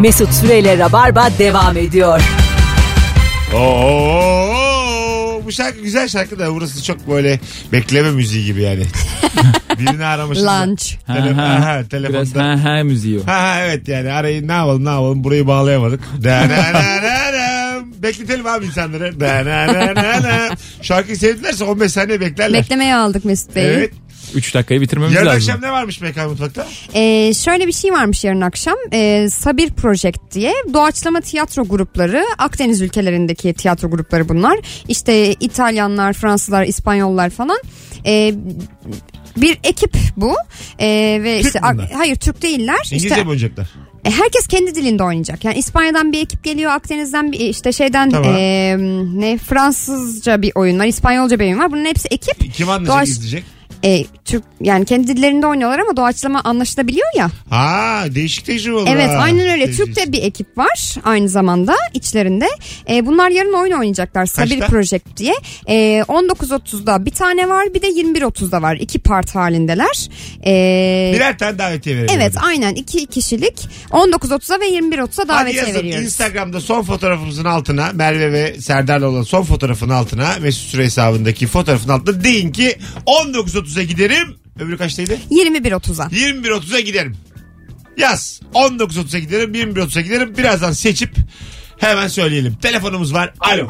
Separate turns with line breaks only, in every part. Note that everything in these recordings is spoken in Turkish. Mesut Süreyle Rabarba devam ediyor.
Oo, bu şarkı güzel şarkı da burası çok böyle bekleme müziği gibi yani. Birini aramışız.
Lunch.
Tele- aha,
Biraz
telefonda.
ha ha müziği o.
Ha, ha, evet yani arayın ne yapalım ne yapalım burayı bağlayamadık. Da, da, da, da, da. Bekletelim abi insanları. Da, da, da, da, da. Şarkıyı sevdilerse 15 saniye beklerler.
Beklemeye aldık Mesut Bey.
Evet.
3 dakikayı bitirmemiz
Yarın
lazım.
akşam ne varmış Mekan Mutfak'ta?
Ee, şöyle bir şey varmış yarın akşam. Ee, Sabir Project diye doğaçlama tiyatro grupları, Akdeniz ülkelerindeki tiyatro grupları bunlar. İşte İtalyanlar, Fransızlar, İspanyollar falan. Ee, bir ekip bu Ee, ve
Türk
işte
bunlar.
hayır Türk değiller.
İngilizce
işte
mi oynayacaklar?
E, Herkes kendi dilinde oynayacak. Yani İspanya'dan bir ekip geliyor, Akdeniz'den bir işte şeyden
Tamam.
e, ne Fransızca bir oyun var, İspanyolca bir oyun var. Bunların hepsi ekip.
Kim anlayacak
Doğaç-
izleyecek?
E, Türk yani kendi dillerinde oynuyorlar ama doğaçlama anlaşılabiliyor ya.
Ha değişik tecrübe olur.
Evet
ha.
aynen öyle.
Tecrübe.
Türk'te bir ekip var aynı zamanda içlerinde. E, bunlar yarın oyun oynayacaklar. Sabir
Kaçta?
Project diye. E, 19.30'da bir tane var bir de 21.30'da var. İki part halindeler. E,
Birer tane davetiye verelim.
evet
hadi.
aynen iki kişilik 19.30'a ve 21.30'a
Hadi
davetiye
yazın
veriyoruz.
Instagram'da son fotoğrafımızın altına Merve ve Serdar'la olan son fotoğrafın altına Mesut Süre hesabındaki fotoğrafın altına deyin ki 19.30'a giderim. Öbürü kaçtaydı?
21.30'a.
21.30'a giderim. Yaz. 19.30'a giderim, 21.30'a giderim. Birazdan seçip hemen söyleyelim. Telefonumuz var. Alo.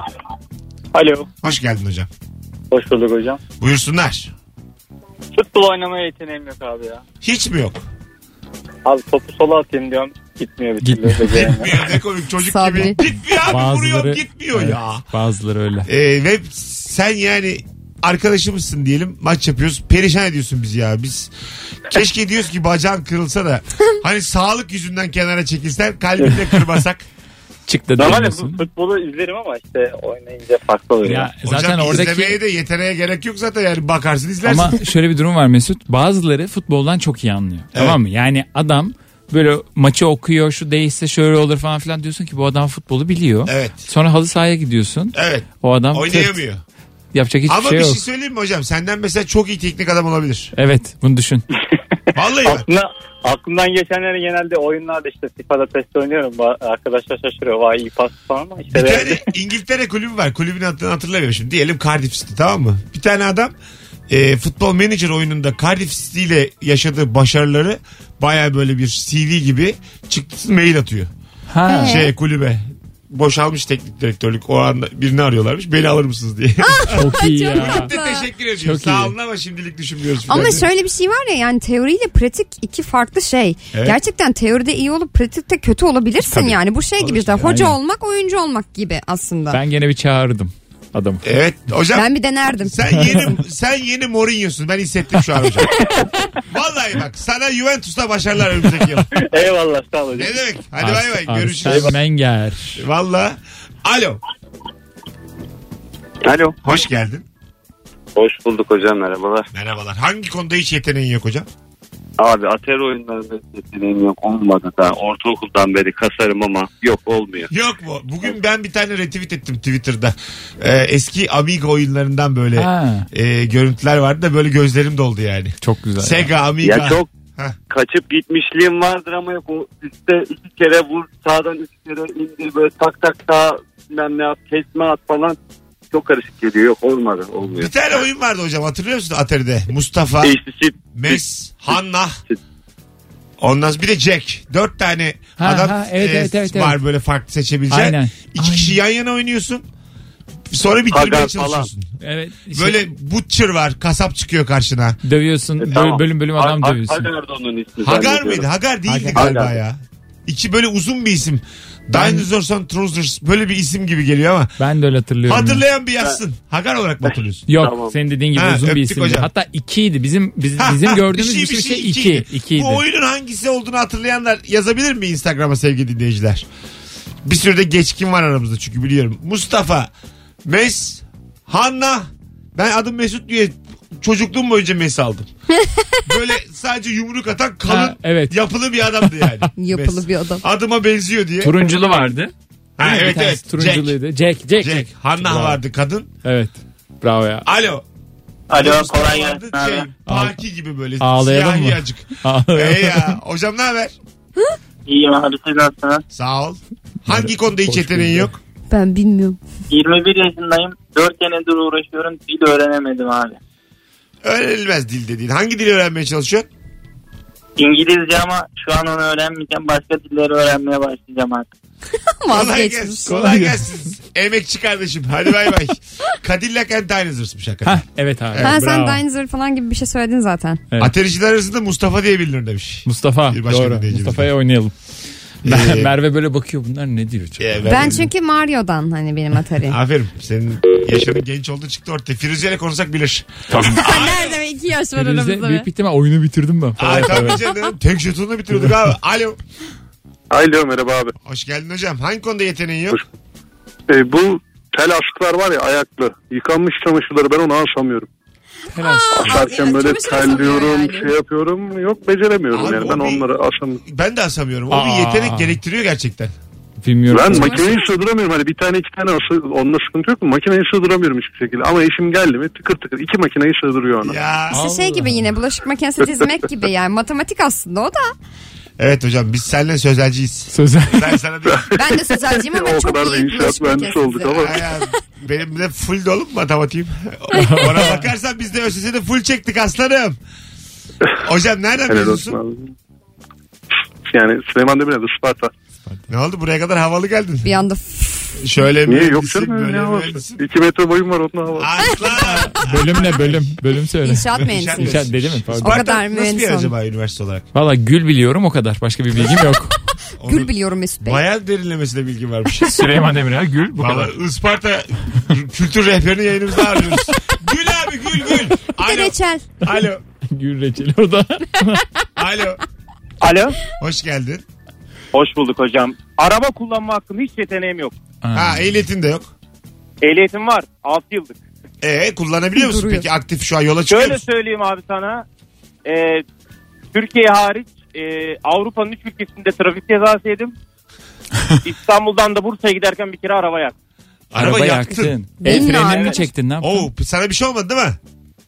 Alo.
Hoş geldin hocam.
Hoş bulduk hocam.
Buyursunlar.
Futbol oynamaya yeteneğim yok abi ya.
Hiç mi yok?
Abi topu sola atayım diyorum. Gitmiyor bir türlü.
Gitmiyor.
Beceremiyorum.
Gitmiyor ne komik çocuk
Sabri.
gibi. Gitmiyor abi vuruyor gitmiyor
Evet,
ya.
Bazıları öyle.
Ee, ve sen yani arkadaşımızsın diyelim maç yapıyoruz perişan ediyorsun bizi ya biz keşke diyoruz ki bacağın kırılsa da hani sağlık yüzünden kenara çekilsen kalbini de kırmasak
Çık da
Normalde
dönüyorsun.
fut- futbolu izlerim ama işte oynayınca farklı oluyor.
Ya E zaten
zaten
oradaki
izlemeye de yeteneğe gerek yok zaten yani bakarsın izlersin
Ama şöyle bir durum var Mesut. Bazıları futboldan çok iyi anlıyor. Tamam mı? Yani adam böyle maçı okuyor şu değişse şöyle olur falan filan diyorsun ki bu adam futbolu biliyor.
Evet.
Sonra halı sahaya gidiyorsun.
evet
O adam tırt.
oynayamıyor
yapacak hiçbir
ama
şey
bir
yok.
şey söyleyeyim mi hocam senden mesela çok iyi teknik adam olabilir
Evet bunu düşün.
vallahi bak.
Aklına, aklımdan geçenleri genelde oyunlarda işte FIFA'da test oynuyorum. Ba- Arkadaşlar şaşırıyor. Vay iyi pas falan ama işte
Bir
ben-
tane İngiltere kulübü var. Kulübün adını hatırlamıyorum şimdi. Diyelim Cardiff City tamam mı? Bir tane adam e, futbol manager oyununda Cardiff City ile yaşadığı başarıları baya böyle bir CV gibi çıktı mail atıyor.
Ha.
Şey kulübe boşalmış teknik direktörlük o anda birini arıyorlarmış beni alır mısınız diye.
Ah! çok iyi ya.
Çok da teşekkür ediyorum.
Çok
Sağ
iyi.
olun ama şimdilik düşünmüyoruz.
Ama
falan.
şöyle bir şey var ya yani teoriyle pratik iki farklı şey.
Evet.
Gerçekten teoride iyi olup pratikte kötü olabilirsin
Tabii.
yani. Bu şey gibi
Olabilir,
işte hoca
aynen.
olmak oyuncu olmak gibi aslında. Ben,
Ben gene bir çağırdım adamı.
Evet hocam
bir denerdim.
sen yeni sen yeni Mourinho'sun ben hissettim şu an hocam. Vallahi bak sana Juventus'ta başarılar önümüzdeki yıl.
Eyvallah sağ ol hocam.
Ne demek? Hadi bay bay
Ars-
görüşürüz.
Arsene Wenger.
Valla. Alo.
Alo.
Hoş geldin.
Hoş bulduk hocam merhabalar.
Merhabalar. Hangi konuda hiç yeteneğin yok hocam?
Abi ater oyunlarında yeteneğim yok olmadı da ortaokuldan beri kasarım ama yok olmuyor.
Yok mu? Bugün ben bir tane retweet ettim Twitter'da. Ee, eski Amiga oyunlarından böyle
Ha.
e, görüntüler vardı da böyle gözlerim doldu yani.
Çok güzel. ya.
Sega, Amiga.
Ya çok
Heh.
kaçıp gitmişliğim vardır ama yok o üstte iki kere vur sağdan iki kere indir böyle tak tak sağ bilmem ne yap kesme at falan çok karışık geliyor yok olmadı olmuyor.
Bir tane oyun vardı hocam hatırlıyor musun Atari'de? Mustafa,
İşte sit
Mes, Hanna. Ondan sonra bir de Jack. Dört tane
Ha,
adam
ha, evet,
e,
evet, evet,
var
evet.
böyle farklı seçebileceğin.
Aynen.
İki kişi yan yana oynuyorsun. Sonra bitirmeye
Hagar falan.
çalışıyorsun.
Evet. işte
Böyle E, butcher var. Kasap çıkıyor karşına.
dövüyorsun. böyle
E, tamam.
Bölüm bölüm adam
Ha- Ha-
dövüyorsun.
Hagar da onun ismi.
Hagar
zannediyorum.
mıydı? Hagar değildi
Hagar.
galiba
Hagar.
ya. İki böyle uzun bir isim. Dinosaurs and Trousers böyle bir isim gibi geliyor ama.
Ben de öyle hatırlıyorum. ya.
Hatırlayan bir yazsın. Hagar olarak mı hatırlıyorsun?
Yok
Tamam.
senin dediğin gibi
Ha,
uzun bir
öptük
isimdi.
hocam.
Hatta ikiydi. Bizim biz,
Ha,
bizim
ha,
gördüğümüz bir şey, iki.
ikiydi.
ikiydi.
Bu oyunun hangisi olduğunu hatırlayanlar yazabilir mi Instagram'a sevgili dinleyiciler? Bir sürü de geçkin var aramızda çünkü biliyorum. Mustafa, Mes, Hanna. Ben adım Mesut diye çocukluğum boyunca Mes aldım. Böyle sadece yumruk atan kalın
Ha, evet.
yapılı bir adamdı yani. Mes.
Yapılı bir adam.
Adıma benziyor diye.
Turunculu vardı.
Ha,
Bir
evet
tanesi
evet. Jack.
Turunculuydu. Jack. Jack. Jack.
Jack. Hanna
Bravo.
vardı kadın.
Evet. Bravo ya.
Alo.
Alo
Mustafa
kolay
vardı,
gelsin abi.
Şey, Baki gibi böyle.
Ağlayalım
siyahi
mı?
acık.
Ağlayalım
Ee ya. Hocam ne haber?
İyiyim abi siz nasılsınız?
Sağ ol. Hangi konuda hiç yeteneğin yok?
Ben bilmiyorum.
21 yaşındayım. 4 senedir uğraşıyorum. Dil öğrenemedim abi.
Öğrenilmez dil dediğin. Hangi dili öğrenmeye çalışıyorsun?
İngilizce ama şu an onu öğrenmeyeceğim. Başka dilleri öğrenmeye başlayacağım artık.
Kolay
Vazgeçmiş.
gelsin. Kolay gelsin. Emekçi kardeşim. Hadi bay bay. Cadillac and Dinosaur'smış hakikaten.
Hah, evet abi.
Ha, sen
bravo.
Dinosaur falan gibi bir şey söyledin zaten.
Evet.
Ateşçiler arasında Mustafa diye bilinir demiş.
Mustafa
Bir başka
doğru.
dinleyicimiz
Mustafa'ya oynayalım.
Ee,
Merve böyle bakıyor bunlar ne diyor acaba?
Ee,
Ben çünkü Mario'dan hani benim Atari.
Aferin. Senin yaşının genç olduğu çıktı ortaya. Firuze ile konuşsak bilir.
Nerede be? iki yaş var
Elimizde
aramızda be.
büyük bir şey. ihtimal oyunu bitirdim ben.
Ay
Falan.
tabii canım. Tek şutunu bitirdik abi. Alo.
Alo merhaba abi.
Hoş geldin hocam. Hangi konuda yeteneğin yok?
E, bu tel askılar var ya ayaklı. Yıkanmış çamaşırları ben onu anlamıyorum.
Helal.
Abi,
Sarken böyle
çamaşır asamıyor
terliyorum
yani.
şey yapıyorum. Yok beceremiyorum
Abi,
yani ben
o bir-
onları asamıyorum.
Ben de asamıyorum. O
Aa.
bir yetenek gerektiriyor gerçekten.
Bilmiyorum.
Ben makineyi sığdıramıyorum. Hani bir tane iki tane ası, onunla sıkıntı yok mu? Makineyi sığdıramıyorum hiçbir şekilde. Ama eşim geldi mi tıkır tıkır iki makineyi sığdırıyor ona.
Ya.
İşte şey gibi yine bulaşık makinesi dizmek gibi yani matematik aslında o da.
Evet hocam biz seninle sözelciyiz.
Sözel.
Ben sana diyorum.
Ben de sözelciyim ama
o
çok
kadar da
iyi
inşaat
bulaşık
mühendisi
makinesi.
olduk ama.
Aya, benim de full dolu mu matematiğim? Ona bakarsan biz de ÖSS'de full çektik aslanım. Hocam nereden
Helal olsun
biliyorsun?
abi. Yani Süleyman Demirel'de Sparta.
Ne oldu buraya kadar havalı geldin.
Bir anda f-
Şöyle
Niye yok
mühendisim,
canım öyle
böyle
ne var?
mühendisim.
İki metre boyum var ondan hava.
Aslan.
bölüm ne bölüm? Bölüm söyle.
inşaat mühendisiyim.
İnşaat dedi mi? Pardon.
O kadar
Sparta Nasıl bir yer
mühendisim.
acaba üniversite olarak?
Valla gül biliyorum o kadar. Başka bir bilgim yok.
Gül biliyorum Mesut Bey.
Bayağı derinlemesine bilgi varmış.
Süleyman Demirel gül bu kadar.
Vallahi Isparta kültür rehberini yayınımızda arıyoruz. gül abi gül gül.
Bir de
Alo.
reçel.
Alo.
Gül reçeli o da.
Alo.
Alo.
Hoş geldin.
Hoş bulduk hocam. Araba kullanma hakkında hiç yeteneğim yok.
Ha ehliyetin de yok.
Ehliyetim var. 6 yıllık.
Ee kullanabiliyor musun
Duruyor.
peki aktif şu an yola çıkıyor
Şöyle
musun?
söyleyeyim abi sana. Ee, Türkiye hariç e, Avrupa'nın 3 ülkesinde trafik cezası yedim. İstanbul'dan da Bursa'ya giderken bir kere araba yak.
Araba, yaktın.
El
Benim de
frenini
abi.
mi çektin ne yaptın?
Oo, sana bir şey olmadı değil mi?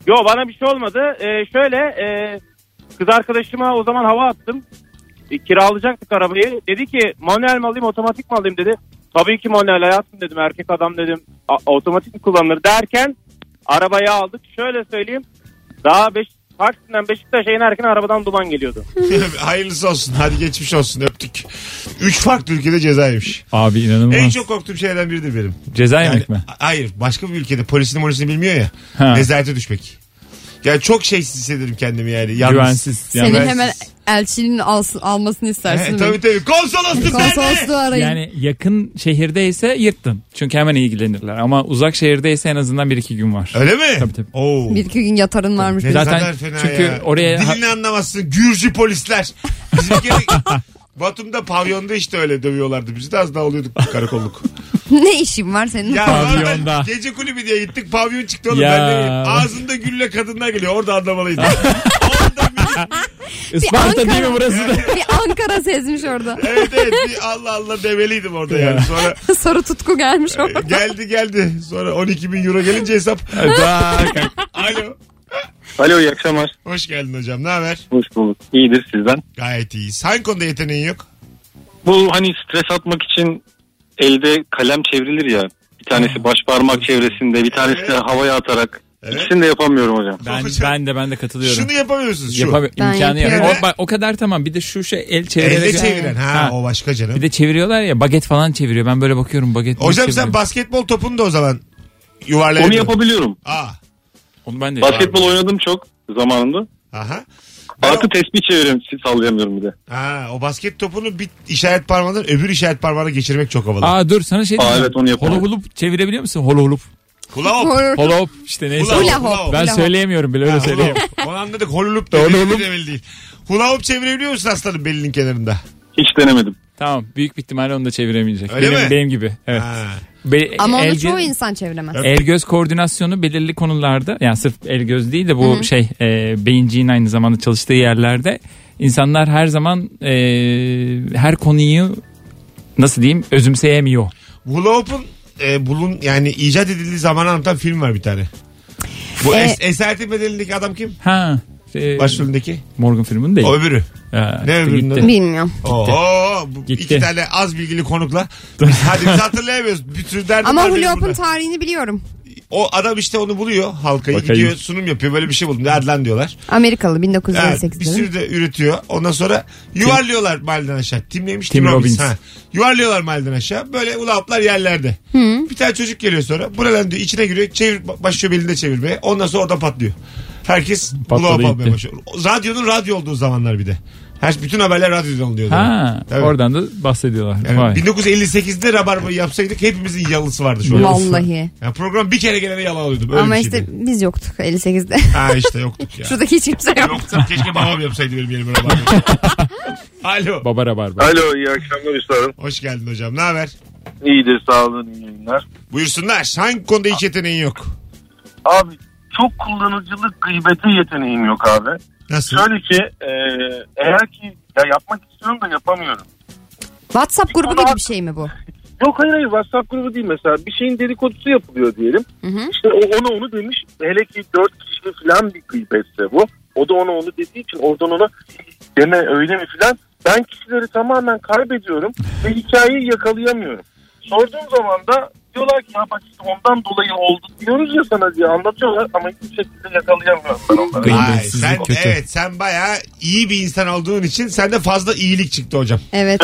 Yo bana bir şey olmadı. Ee, şöyle e, kız arkadaşıma o zaman hava attım. E, kiralayacaktık arabayı. Dedi ki manuel mi alayım otomatik mi alayım dedi. Tabii ki manuel hayatım dedim erkek adam dedim. "A- otomatik mi kullanılır derken arabayı aldık. Şöyle söyleyeyim daha beş, Taksim'den Beşiktaş'a inerken arabadan duman geliyordu.
Hayırlısı olsun. Hadi geçmiş olsun. Öptük. Üç farklı ülkede cezaymış.
Abi
En
inanılmaz.
çok korktuğum şeylerden biridir benim.
Ceza
Yani-
yemek mi?
Hayır. Başka bir ülkede polisini molisini bilmiyor ya.
Ha.
Nezarete düşmek. Yani çok şeysiz hissederim kendimi yani. Yalnız.
Güvensiz. Yani,
Senin
ben-
hemen elçinin alsın- almasını
He,
istersin.
E, tabii tabii. Konsolosluk nerede?
Konsolosluğu arayın.
yani yakın şehirdeyse yırttın. Çünkü hemen ilgilenirler. Ama uzak şehirdeyse en azından bir iki gün var.
Öyle mi?
Tabii, tabii.
Oo.
Bir iki gün yatarın varmış.
Ne
benim.
Zaten
kadar fena
çünkü
ya.
oraya-
Dilini anlamazsın. Gürcü polisler. Biz bir kere Batum'da pavyonda işte öyle dövüyorlardı. Biz de az daha oluyorduk karakolluk.
ne işin var senin?
Ya
Pavyonda.
normal Gece kulübü diye gittik pavyon çıktı oğlum
Ya.
ben neyim? Ağzında gülle kadınlar geliyor orada anlamalıydı. orada bir-
Isparta değil mi
Ankara-
burası da?
bir Ankara sezmiş orada.
evet evet bir Allah Allah demeliydim orada yani. Sonra
Sarı tutku
E,
gelmiş orada.
geldi geldi. Sonra 12 bin euro gelince hesap. Alo.
Alo iyi akşamlar.
Hoş geldin hocam ne haber?
Hoş bulduk. İyidir sizden.
Gayet iyiyiz. Hangi konuda yeteneğin yok?
Bu hani stres atmak için elde kalem çevrilir ya. Bir tanesi baş parmak çevresinde, bir tanesi de havaya atarak.
Evet.
İkisini de yapamıyorum hocam.
ben, ben de ben de katılıyorum.
Şunu yapamıyorsunuz şu.
Yapamıyor.
Ben
imkanı yok.
yapıyorum.
O, bak, o kadar tamam. Bir de şu şey el çevirerek.
Elle çeviren ha,
Ha.
o başka canım.
Bir de çeviriyorlar ya baget falan çeviriyor. Ben böyle bakıyorum baget. niye
Hocam sen
çeviriyor?
basketbol topunu da o zaman yuvarlayabiliyorsun.
Onu yapabiliyorum.
Aa,
Onu ben de
Basketbol oynadım çok zamanında.
aha. Ben
Artı tespih çeviriyorum, sallayamıyorum bir de.
o, ha, o basket topunu bir işaret parmağından öbür işaret parmağına geçirmek çok havalı.
Aa dur sana şey
Aa,
diyeceğim.
evet, onu yapalım.
Holo hulup çevirebiliyor musun? Holo hulup.
Kulağı hop.
Doğru.
Holo hop işte neyse.
Hula
hop, hop.
Ben
hula hop.
söyleyemiyorum bile öyle
Ha, hula
söyleyeyim.
hop. Onu anladık. Holulup
Doğru
dedi.
oğlum.
Bir de belli değil. Hula hop çevirebiliyor musun aslanım belinin kenarında?
Hiç denemedim.
Tamam büyük bir ihtimalle onu da çeviremeyecek.
Öyle
benim,
mi?
benim gibi. Evet.
Ha.
Be-
Ama onu
el-
çoğu insan çeviremez.
El göz koordinasyonu belirli konularda yani sırf el göz değil de bu şey e, beyinciğin aynı zamanda çalıştığı yerlerde insanlar her zaman e, her konuyu nasıl diyeyim özümseyemiyor.
Hula hop'un e, bulun yani icat edildiği zamanı anlatan film var bir tane. Bu
E-
es- esaretin bedelindeki adam kim?
Ha. e,
Başrolündeki.
Morgan Freeman değil.
O öbürü.
Ha,
Ne
gitti,
öbürünün
gitti.
Bilmiyorum.
Oho, bu
Gitti.
iki tane az bilgili konukla. Biz, hadi biz hatırlayamıyoruz. Bir sürü derdim
Ama
var benim
Hula Hop'un
burada.
tarihini biliyorum.
O adam işte onu buluyor halkayı.
Bakayım.
Gidiyor sunum yapıyor. Böyle bir şey buldum. Nerede lan diyorlar.
Amerikalı
Ha,
1958'de.
bir sürü de üretiyor. Ondan sonra yuvarlıyorlar mahalleden aşağı. Tim neymiş?
Tim Robbins.
Ha. Yuvarlıyorlar mahalleden aşağı. Böyle ulaplar yerlerde. Bir tane çocuk geliyor sonra. Bu ne lan diyor. İçine giriyor. Çevir, başlıyor belinde çevirmeye. Ondan sonra orada patlıyor. Herkes
Patladı
ulap
gitti.
almaya başlıyor. Radyonun radyo olduğu zamanlar bir de. Her, bütün haberler radyodan oluyor.
Ha,
Tabii.
oradan da bahsediyorlar.
Yani
Vay.
1958'de rabarba yapsaydık hepimizin yalısı vardı şu an.
Vallahi.
Yani program bir kere gelene yalan alıyordum. Öyle
Ama
bir şey
işte
şeydi.
biz yoktuk 58'de.
Ha işte yoktuk ya.
Şuradaki hiç kimse yok.
Yoktu. Keşke babam yapsaydı benim yerime rabarba. Alo.
Baba rabarba.
Alo iyi akşamlar üstadım.
Hoş geldin hocam. Ne haber?
İyidir sağ olun iyi yayınlar.
Buyursunlar. Hangi konuda hiç yeteneğin yok?
Abi çok kullanıcılık gıybeti yeteneğim yok abi.
Nasıl?
Şöyle ki e, eğer ki ya yapmak istiyorum da yapamıyorum.
WhatsApp grubu gibi bir şey mi bu?
Yok hayır hayır WhatsApp grubu değil mesela bir şeyin dedikodusu yapılıyor diyelim.
Hı hı.
İşte o ona onu demiş hele ki dört kişi falan bir gıybetse bu. O da ona onu dediği için oradan ona deme öyle mi falan. Ben kişileri tamamen kaybediyorum ve hikayeyi yakalayamıyorum. Sorduğum zaman da diyorlar ki ya bak işte ondan dolayı oldu diyoruz ya sana diye anlatıyorlar ama hiçbir şekilde yakalayamıyorum ben onları.
Ay,
Gıybetsizlik
sen,
kötü.
evet sen bayağı iyi bir insan olduğun için sende fazla iyilik çıktı hocam.
Evet.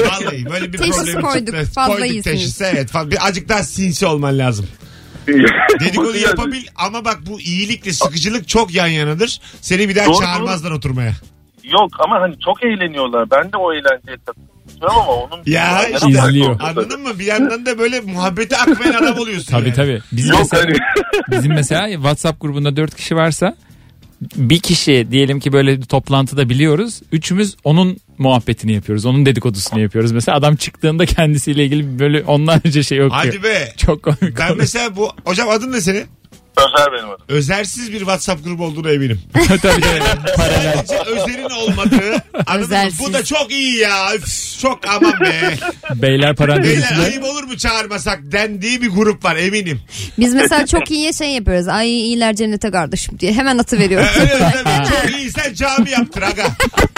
Vallahi böyle bir
Teşhis
problemi
koyduk,
çıktı.
fazla
koyduk
iyisiniz.
teşhis evet. Fa- Bir acık daha sinsi olman lazım. Dedikodu yapabil ama bak bu iyilikle sıkıcılık çok yan yanadır. Seni bir daha
Doğru.
çağırmazlar oturmaya.
Yok ama hani çok eğleniyorlar. Ben de o eğlenceye katılıyorum ama onun...
Ya
Yani
işte
İzliyor.
anladın mı? Bir yandan da böyle muhabbeti akmayan adam oluyorsun.
Tabii
yani.
tabii. Bizim
Yok
mesela,
hani
bizim mesela WhatsApp grubunda 4 kişi varsa bir kişi diyelim ki böyle bir toplantıda biliyoruz. Üçümüz onun muhabbetini yapıyoruz. Onun dedikodusunu yapıyoruz. Mesela adam çıktığında kendisiyle ilgili böyle onlarca şey okuyor.
Hadi be.
Çok komik.
Ben
oldu.
mesela bu hocam adın ne senin?
özel benim adım.
Özersiz bir WhatsApp grubu olduğuna eminim.
Tabii, tabii. Paralel.
Hiç özerin olmadığı. Anladın mı?
Özersiz.
Bu da çok iyi ya. Üf, çok aman be.
Beyler parantez
Beyler
içinde.
ayıp olur mu çağırmasak dendiği bir grup var eminim.
Biz mesela çok iyiye şey yapıyoruz. Ay iyiler cennete kardeşim diye hemen atı
Ee,
veriyoruz.
Öyle öyle. Çok iyiysen cami yaptır aga.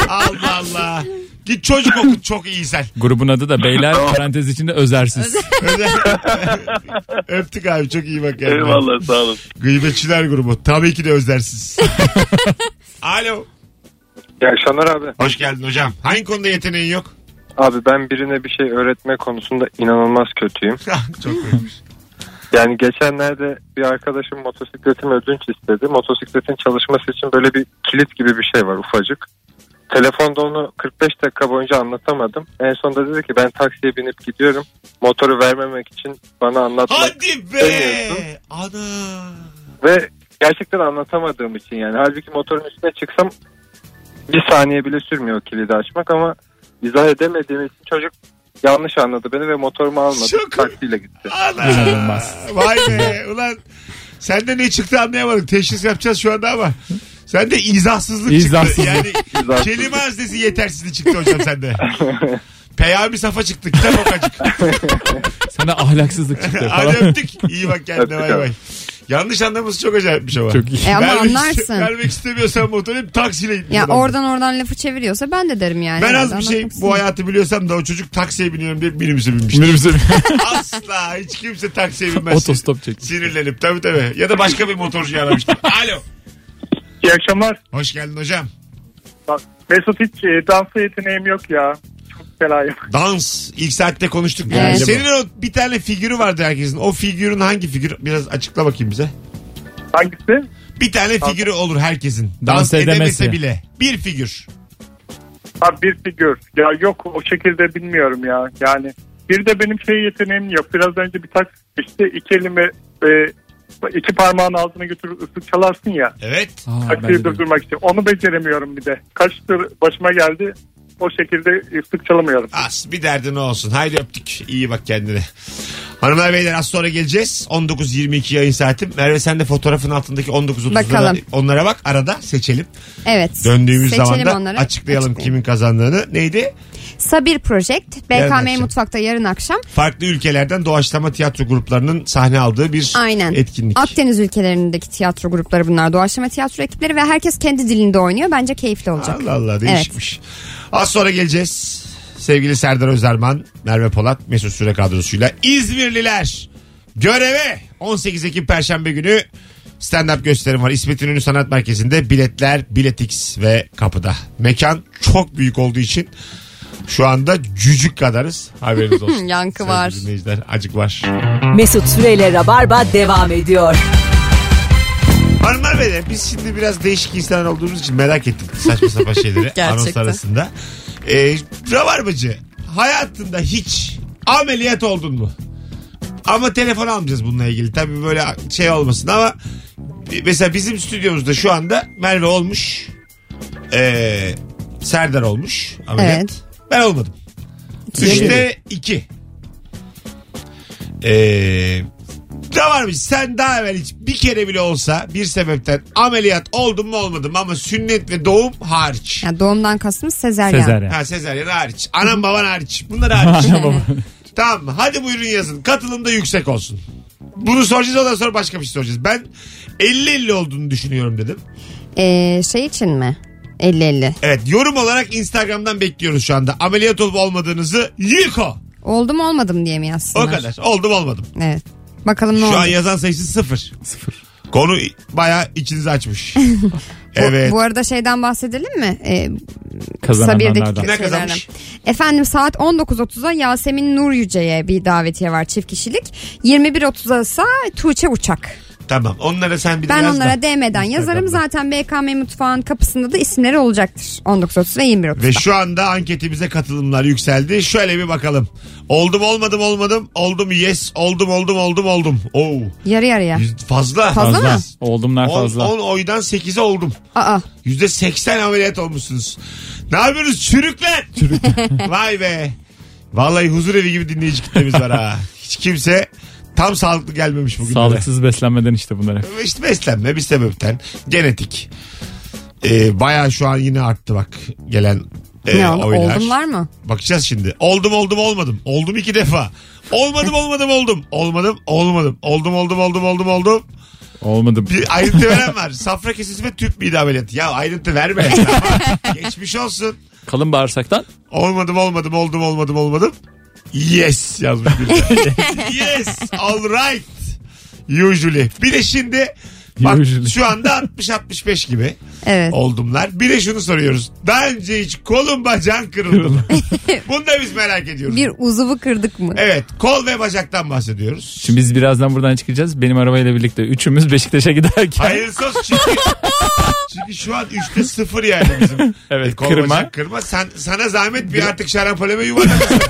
Allah Allah. Git çocuk okut çok iyiysen.
Grubun adı da beyler parantez içinde özersiz.
Öyle. Öptük abi çok iyi bak. kendine.
Eyvallah sağ olun.
Gıybetçiler grubu. Tabii ki de özlersiz. Alo.
İyi akşamlar abi.
Hoş geldin hocam. Hangi konuda yeteneğin yok?
Abi ben birine bir şey öğretme konusunda inanılmaz kötüyüm.
çok iyiymiş.
Yani geçenlerde bir arkadaşım motosikletini ödünç istedi. Motosikletin çalışması için böyle bir kilit gibi bir şey var ufacık. Telefonda onu 45 dakika boyunca anlatamadım. En sonunda dedi ki ben taksiye binip gidiyorum. Motoru vermemek için bana anlatmak.
Hadi be.
Demiyorsun.
Ana.
Ve gerçekten anlatamadığım için yani. Halbuki motorun üstüne çıksam bir saniye bile sürmüyor kilidi açmak ama izah edemediğim için çocuk yanlış anladı beni ve motorumu almadı.
Çok-
Taksiyle gitti.
Ana.
İnanılmaz.
Vay be. Ulan sende ne çıktı anlayamadık. Teşhis yapacağız şu anda ama. Sende izahsızlık,
İzahsızlık.
çıktı. Yani
İzahsızlık.
kelime haznesi yetersizliği çıktı hocam sende. Peyami Safa çıktı. Kitap okacık.
Sana ahlaksızlık çıktı
Hadi
falan.
öptük. İyi bak kendine
Öptük
bay
abi.
bay. Yanlış anlaması çok acayipmiş ama.
Çok iyi.
E ama
Vermek
anlarsın.
iste- vermek istemiyorsan motoru hep taksiyle gitmiş
ya
adam.
oradan oradan lafı çeviriyorsa ben de derim yani.
Ben az
Anlatmak
bir şey
istedim.
bu hayatı biliyorsam da o çocuk taksiye biniyorum diye minibüse binmişti.
Minibüse
Asla hiç kimse taksiye binmez.
otostop çekti.
Sinirlenip tabii tabii. Ya da başka bir motorcu aramıştım. Alo.
İyi akşamlar.
Hoş geldin hocam.
Mesut hiç e, dansı yeteneğim yok ya. Çok belayım.
Dans. ilk saatte konuştuk.
Evet.
Senin o bir tane figürü vardı herkesin. O figürün hangi figür? Biraz açıkla bakayım bize.
Hangisi?
Bir tane figürü olur herkesin. Dans,
Dans edemesi.
edemese bile. Bir figür.
Abi bir figür. Ya yok o şekilde bilmiyorum ya. Yani bir de benim şey yeteneğim yok. Biraz önce bir tak işte iki elimi e, iki parmağın altına götürüp ıslık çalarsın ya.
Evet.
Aa, ben de
Taksiyi
dedim.
durdurmak için. Onu beceremiyorum bir de. Kaç tür başıma geldi. O şekilde ıslık çalamıyorum.
As bir derdin olsun. Haydi öptük. İyi bak kendine. Hanımlar beyler az sonra geleceğiz. 19.22 yayın saati. Merve sen de fotoğrafın altındaki 19.30'lara
Bakalım.
onlara bak. Arada seçelim.
Evet.
Döndüğümüz
Seçelim
zaman da
onları.
açıklayalım
Açıklayalım.
kimin kazandığını. Neydi?
Sabir Project
Yarın
BKM
akşam.
Mutfak'ta yarın akşam.
Farklı ülkelerden doğaçlama tiyatro gruplarının sahne aldığı bir
Aynen.
etkinlik.
Akdeniz ülkelerindeki tiyatro grupları bunlar. Doğaçlama tiyatro ekipleri ve herkes kendi dilinde oynuyor. Bence keyifli olacak.
Allah Allah değişikmiş. Az sonra geleceğiz. Sevgili Serdar Özerman, Merve Polat, Mesut Süre kadrosuyla İzmirliler göreve 18 Ekim Perşembe günü stand-up gösterim var. İsmet İnönü Sanat Merkezi'nde biletler, biletix ve kapıda. Mekan çok büyük olduğu için şu anda cücük kadarız. Haberiniz olsun.
Yankı
Sevgili
var.
dinleyiciler, acık var.
Mesut Süreyle Rabarba devam ediyor.
Hanımlar beyler biz şimdi biraz değişik insanlar olduğumuz için merak ettik saçma sapan şeyleri anons
Gerçekten.
arasında. Ee, Rabarbacı hayatında hiç ameliyat oldun mu? Ama telefon almayacağız bununla ilgili. Tabii böyle şey olmasın ama mesela bizim stüdyomuzda şu anda Merve olmuş. ee, Serdar olmuş ameliyat.
Evet.
Ben olmadım. Üçte iki. Ee, ne varmış sen daha evvel hiç bir kere bile olsa bir sebepten ameliyat oldum mu olmadım ama sünnet ve doğum hariç.
Yani doğumdan kastımız sezeryan.
Sezeryan.
Ha sezaryen hariç. Anam baban hariç. Bunlar hariç. tamam mı? Hadi buyurun yazın. Katılım da yüksek olsun. Bunu soracağız ondan sonra başka bir şey soracağız. Ben 50-50 olduğunu düşünüyorum dedim.
Ee, şey için mi? 50-50.
Evet yorum olarak Instagram'dan bekliyoruz şu anda. Ameliyat olup olmadığınızı yıko.
Oldum olmadım diye mi
O
yazsınlar?
kadar. Oldum olmadım.
Evet. Bakalım ne
Şu
oldu.
an yazan sayısı sıfır. Konu bayağı içinizi açmış.
Bu-
evet.
Bu, arada şeyden bahsedelim mi? Ee,
Kazananlardan.
Ne
Sabir'deki
kazanmış?
şeylerden. Efendim saat 19.30'a Yasemin Nur Yüce'ye bir davetiye var çift kişilik. 21.30'a ise Tuğçe Uçak.
Tamam. Onlara sen bir de
Ben
yaz da.
onlara DM'den yazarım.
Instagram'da.
Zaten BKM mutfağın kapısında da isimleri olacaktır. 19.30 ve
Ve
21.30'da.
şu anda anketimize katılımlar yükseldi. Şöyle bir bakalım. Oldum olmadım olmadım. Oldum yes. Oldum oldum oldum oldum. Oo.
Yarı yarıya.
Yüz- Fazla.
Fazla mı?
Fazla. Oldumlar
10,
fazla.
oydan 8'e oldum.
Aa,
Yüzde seksen ameliyat olmuşsunuz. Ne yapıyorsunuz çürükler? Vay be. Vallahi huzur evi gibi dinleyici kitlemiz var ha. Hiç kimse tam sağlıklı gelmemiş bugün.
Sağlıksız beslenmeden işte bunlar hep.
İşte beslenme bir sebepten. Genetik. Ee, Baya şu an yine arttı bak gelen e,
ne oldu?
oylar.
Oldum var mı?
Bakacağız şimdi. Oldum oldum olmadım. Oldum iki defa. Olmadım olmadım oldum. Olmadım olmadım. Oldum oldum oldum oldum oldum.
Olmadı.
Bir ayrıntı veren var. Safra kesesi ve tüp mide ameliyatı. Ya ayrıntı verme. Tamam. Geçmiş olsun.
Kalın bağırsaktan.
Olmadım olmadım oldum olmadım olmadım. Yes yazmış biri. yes all right. Usually. Bir de şimdi bak
Usually.
şu anda 60-65 gibi
Evet.
oldumlar. Bir de şunu soruyoruz. Daha önce hiç kolun bacağın kırıldı mı? Bunu da biz merak ediyoruz.
Bir uzuvu kırdık mı?
Evet kol ve bacaktan bahsediyoruz.
Şimdi biz birazdan buradan çıkacağız. Benim arabayla birlikte üçümüz Beşiktaş'a giderken.
Hayırsız çünkü. çünkü şu an 3'te 0 yani bizim.
Evet,
kol
kırma.
bacak kırma. Sen, sana zahmet bir artık şarampoleme yuvarlarsın.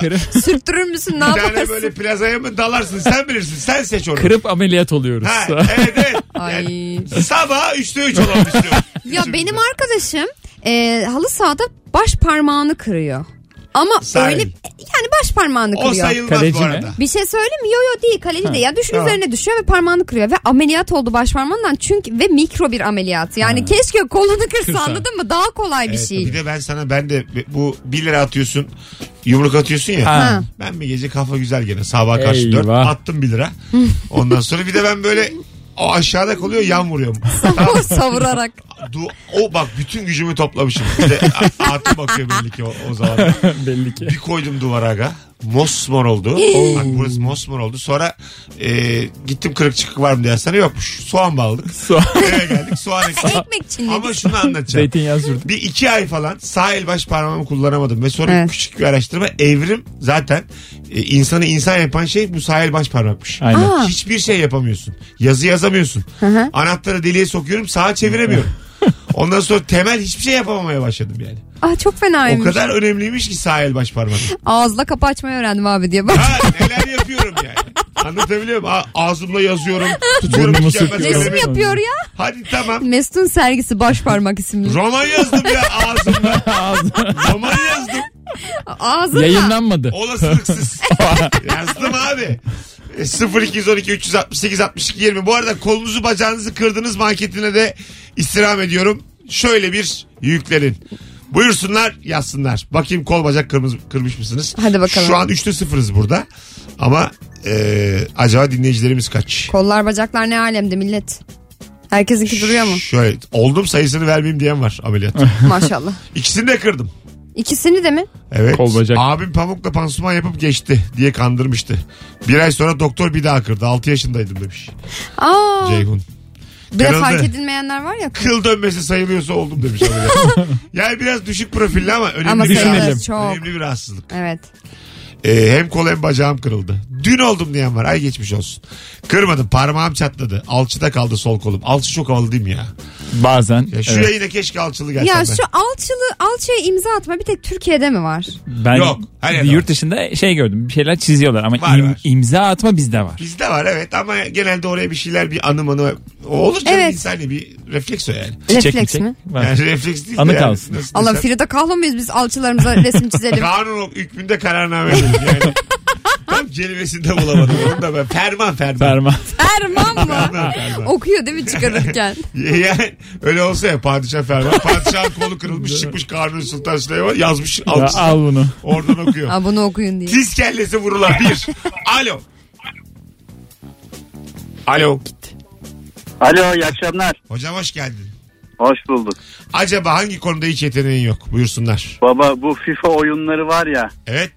Kırıp,
Sürttürür müsün? Ne
bir tane
yaparsın?
böyle plazaya mı dalarsın sen bilirsin. Sen seç onu.
kırıp ameliyat oluyoruz.
Ha, evet evet.
Ay.
Yani sabah 3'te 3 olalım istiyorum.
Ya benim arkadaşım e, halı sahada baş parmağını kırıyor. Ama
Sahi.
öyle yani baş parmağını
O
kırıyor.
sayılmaz
Kaleci
bu
mi?
arada.
Bir şey söyleyeyim mi? Yo yo değil kaleci de. Ya düşün
Tamam.
üzerine düşüyor ve parmağını kırıyor. Ve ameliyat oldu baş parmağından çünkü ve mikro bir ameliyat. Yani keşke kolunu kırsa
Kırsa.
anladın mı? Daha kolay bir
Evet,
şey.
Bir de ben sana ben de bu 1 lira atıyorsun yumruk atıyorsun ya.
Ha.
Ben bir gece kafa güzel gene sabah karşı
Eyvah.
4 attım 1 lira. Ondan sonra bir de ben böyle o aşağıda kalıyor yan vuruyorum.
O savurarak.
Du- o bak bütün gücümü toplamışım. Bir de a- artı bakıyor belli ki o, o zaman.
Belli ki.
Bir koydum duvara aga. Mosmor oldu. Bak burası mosmor oldu. Sonra e, gittim kırık çıkık var mı diye sana yokmuş. Soğan bağladık.
Soğan.
Eve geldik soğan ekmek.
Ekmek
Ama
çinledik.
şunu anlatacağım.
Zeytinyağı sürdüm.
Bir iki ay falan sağ el baş parmağımı kullanamadım. Ve sonra
Evet.
küçük bir araştırma evrim zaten e, insanı insan yapan şey bu sağ el baş parmakmış.
Aynen.
Aa.
Hiçbir şey yapamıyorsun. Yazı yazamıyorsun. Anahtarı deliğe sokuyorum sağa çeviremiyorum. Ondan sonra temel hiçbir şey yapamamaya başladım yani.
Ah çok
O
fenaymış.
kadar önemliymiş ki sağ el baş parmak.
Ağızla kapı açmayı öğrendim abi diye. Bak.
Ha, neler yapıyorum yani. Anlatabiliyor muyum? A- ağzımla yazıyorum. Tutuyorum
Burnumu
mükemmel
sürtüyorum.
Resim
kalemi.
yapıyor ya.
Hadi tamam.
Mesut'un sergisi baş parmak isimli.
Roman yazdım ya ağzımla. Roman yazdım.
Ağzınla.
Yayınlanmadı.
Olasılıksız. Yazdım abi. E, 0212 368 62 20. Bu arada kolunuzu bacağınızı kırdınız manketine de istirham ediyorum. Şöyle bir yüklerin. Buyursunlar yazsınlar. Bakayım kol bacak kırmız, kırmış mısınız?
Hadi bakalım.
Şu an 3'te 0'ız burada. Ama e, acaba dinleyicilerimiz kaç?
Kollar bacaklar ne alemde millet. Herkesinki duruyor mu?
Şöyle oldum sayısını vermeyeyim diyen var ameliyat.
Maşallah.
İkisini de kırdım.
İkisini de mi?
Evet.
Kol bacak.
Abim pamukla pansuman yapıp geçti diye kandırmıştı. Bir ay sonra doktor bir daha kırdı. 6 yaşındaydım demiş
Aa.
Ceyhun.
Bir de
Herhalde.
fark edilmeyenler var ya.
Kıl dönmesi sayılıyorsa oldum demiş. ameliyat. yani biraz düşük profilli ama önemli
Ama
bir
sayılır,
rahatsızlık.
çok.
Önemli bir rahatsızlık.
Evet.
Ee, hem kol hem bacağım kırıldı. Dün oldum diyen var. Ay geçmiş olsun. Kırmadım. Parmağım çatladı. Alçıda kaldı sol kolum. Alçı çok havalı değil mi ya?
Bazen.
ya şu
evet.
yayına keşke alçılı gelsem
Ya
ben.
şu alçılı alçıya imza atma bir tek Türkiye'de mi var?
Ben
Yok, her yerde var.
yurt dışında şey gördüm. Bir şeyler çiziyorlar ama
Var,
im-
var.
imza atma bizde var.
Bizde var evet ama genelde oraya bir şeyler bir anı manı o olur canım
Evet.
insani bir refleks o yani.
Refleks mi?
Var.
Yani refleks değil de
Anı
yani.
kalsın.
Nasıl
Allah
desem?
Frida Kahlo muyuz biz alçılarımıza resim çizelim?
Kanun hükmünde kararname verir yani. Tam kelimesini de bulamadım. Onu da ben. Ferman ferman.
Ferman.
Ferman mı?
Ferman, ferman.
Okuyor değil mi çıkarırken?
Yani öyle olsa ya padişah ferman. Padişahın kolu kırılmış çıkmış Kanuni Sultan Süleyman yazmış almış.
al bunu.
Oradan okuyor.
Ha bunu okuyun diye.
Diz kellesi vurulan bir. Alo. Alo.
Alo iyi akşamlar.
Hocam hoş geldin.
Hoş bulduk.
Acaba hangi konuda hiç yeteneğin yok? Buyursunlar.
Baba bu FIFA oyunları var ya
Evet.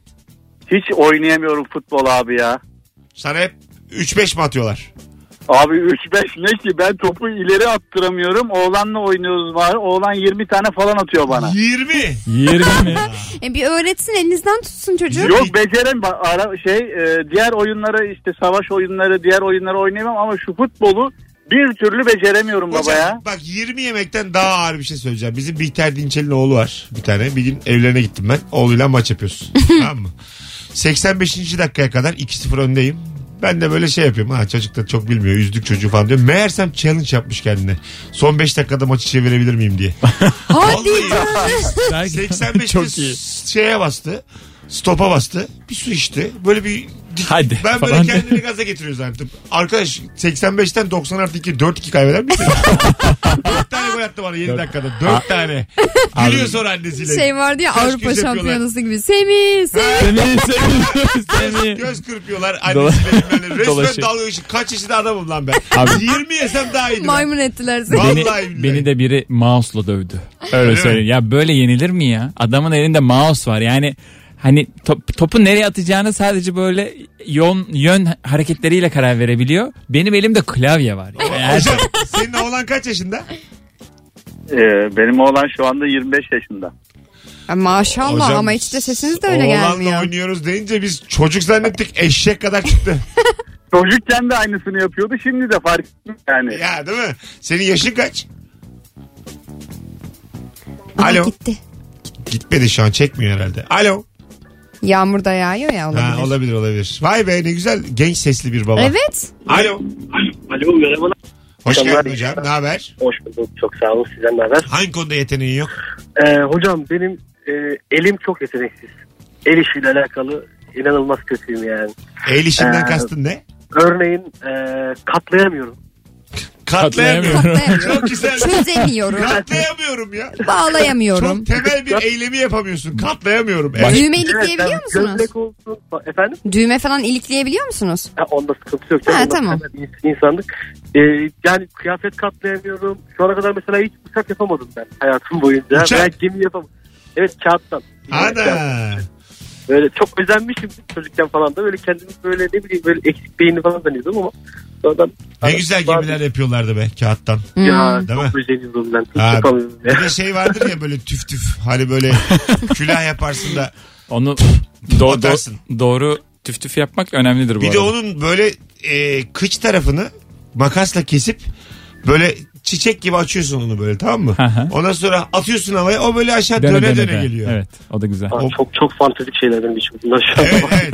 hiç oynayamıyorum futbol abi ya.
Sana hep 3-5 mi atıyorlar?
Abi 3-5 ne ki ben topu ileri attıramıyorum. Oğlanla oynuyoruz var. Oğlan 20 tane falan atıyor bana.
20.
20 mi?
E bir öğretsin elinizden tutsun çocuğu.
Yok becerem Ba- ara şey e, diğer oyunları işte savaş oyunları diğer oyunları oynayamam ama şu futbolu bir türlü beceremiyorum baba
Hocam
ya.
bak 20 yemekten daha ağır bir şey söyleyeceğim. Bizim Bihter Dinçel'in oğlu var bir tane. Bir gün evlerine gittim ben. Oğluyla maç yapıyoruz. tamam mı? 85. dakikaya kadar 2-0 öndeyim. Ben de böyle şey yapıyorum. Ha çocuk da çok bilmiyor. Üzdük çocuğu falan diyor. Meğersem challenge yapmış kendine. Son 5 dakikada maçı çevirebilir miyim diye.
Hadi
Vallahi
canım.
85
Çok iyi.
şeye bastı. Stopa bastı. Bir su içti. Böyle bir
Hadi
ben böyle
falan.
kendini gaza getiriyor zannettim. Arkadaş 85'ten 90 artı 2 4-2 kaybeder misin? 4 tane gol attı bana 7 dakikada. 4 tane. Gülüyor sonra annesiyle.
Şey vardı ya
Kaç
Avrupa
kez yapıyorlar?
şampiyonası gibi. Semih, Semih.
Semih, Semih, Semih.
Göz kırpıyorlar annesiyle bilmem ne. Resmen
Dolaşıyor.
dalga geçip kaç yaşında adamım lan ben.
Abi-
20 yesem daha iyiydi. ben.
Maymun ettiler seni.
Vallahi
Beni,
billahi.
beni de biri mouse'la dövdü. Öyle
mi?
söyleyeyim. Ya böyle yenilir mi ya? Adamın elinde mouse var. Yani hani top- topu nereye atacağını sadece böyle yön, yön hareketleriyle karar verebiliyor. Benim elimde klavye var. Yani her şey-
Hocam senin oğlan kaç yaşında?
Ee, benim oğlan şu anda 25 yaşında.
Ya maşallah
Hocam,
ama hiç de sesiniz de öyle
Oğlanla
gelmiyor.
oynuyoruz deyince biz çocuk zannettik eşek kadar çıktı.
Çocukken de aynısını yapıyordu şimdi de fark etmiyor yani.
ya değil mi? Senin yaşın kaç?
Ama
Alo.
gitti.
Gitmedi şu an çekmiyor herhalde. Alo.
Yağmur da yağıyor ya olabilir.
Ha, olabilir olabilir. Vay be ne güzel genç sesli bir baba.
Evet.
Alo.
Alo merhabalar.
Hoş
Selamlar.
geldin hocam. Ne haber?
Hoş bulduk. Çok sağ olun. Sizden ne haber?
Hangi konuda yeteneğin yok?
Ee, hocam benim e, elim çok yeteneksiz. El işiyle alakalı inanılmaz kötüyüm yani.
El işinden
Ee,
kastın ne?
Örneğin e, katlayamıyorum.
Katlayamıyorum.
Katlayamıyorum.
Çok güzel.
Çözemiyorum.
Katlayamıyorum ya.
Bağlayamıyorum.
Çok temel bir eylemi yapamıyorsun. Katlayamıyorum. Evet.
Düğme
Evet, ben
ilikleyebiliyor musunuz?
Gömlek olsun. fa- Efendim?
Düğme falan ilikleyebiliyor musunuz?
Ha, onda sıkıntı yok.
Ha,
Onda
tamam.
hemen ins- insanlık. Ee, yani kıyafet katlayamıyorum. Şu ana kadar mesela hiç uçak yapamadım ben hayatım boyunca.
Uçak?
Veya gemi yapamadım. Evet kağıttan.
Ana.
Böyle çok özenmişim çocukken falan da böyle kendimi böyle ne bileyim böyle eksik beyni falan zannediyordum ama sonradan
Ne güzel gemiler yapıyorlardı be kağıttan.
ya
Değil mi?
çok özeniyordum ben. Hiç
Ha,
yapamıyorum
Bir
ya.
de şey vardır ya böyle tüf tüf. Hani böyle külah yaparsın da.
Onu do-
Atarsın.
do- doğru tüf tüf yapmak önemlidir bu
Bir de
arada.
onun böyle e, kıç tarafını makasla kesip böyle çiçek gibi açıyorsun onu böyle tamam mı?
Hı hı.
Ondan sonra atıyorsun havaya o böyle aşağı
Döne
döne döne,
döne de.
geliyor. Evet.
Evet o da güzel.
Aa, çok çok fantezik şeyler benim için. Bunlar şu an.
Evet,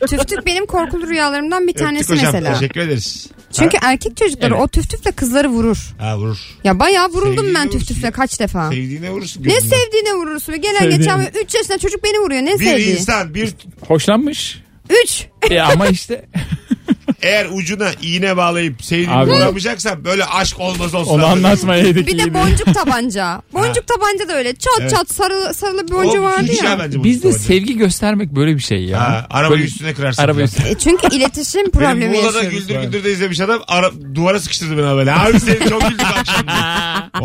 Ya, tüftük benim korkulu rüyalarımdan bir
Öptük
tanesi
hocam.
mesela.
Teşekkür ederiz.
Çünkü erkek çocukları
Evet.
o tüf tüfle kızları vurur.
Ha vurur.
Ya bayağı vuruldum
Sevdiğine
ben tüf
vurursun
tüfle
ya.
kaç defa.
Sevdiğine vurursun.
ne
gözünden.
sevdiğine vurursun. Gelen
Sevdiğine.
geçen 3 yaşında çocuk beni vuruyor. Ne
Bir
sevdiği?
insan bir
Hoşlanmış.
3.
E ama işte
eğer ucuna iğne bağlayıp sevdiğini
Abi.
vuramayacaksan böyle aşk olmaz olsun.
onu anlatmayaydık
E, Bir de
iyi değil.
boncuk tabanca. Boncuk tabanca da öyle. Çat
Evet.
çat sarılı, sarılı bir boncuğu vardı ya.
Bizde sevgi göstermek böyle bir şey ya.
Ha, arabayı
Böyle-
üstüne kırarsın.
Araba
falan.
üstüne.
E çünkü iletişim
Benim
problemi
Muğla'da
yaşıyoruz.
güldür güldür de izlemiş adam ara, duvara sıkıştırdı beni böyle. Abi seni çok güldük akşam. diye.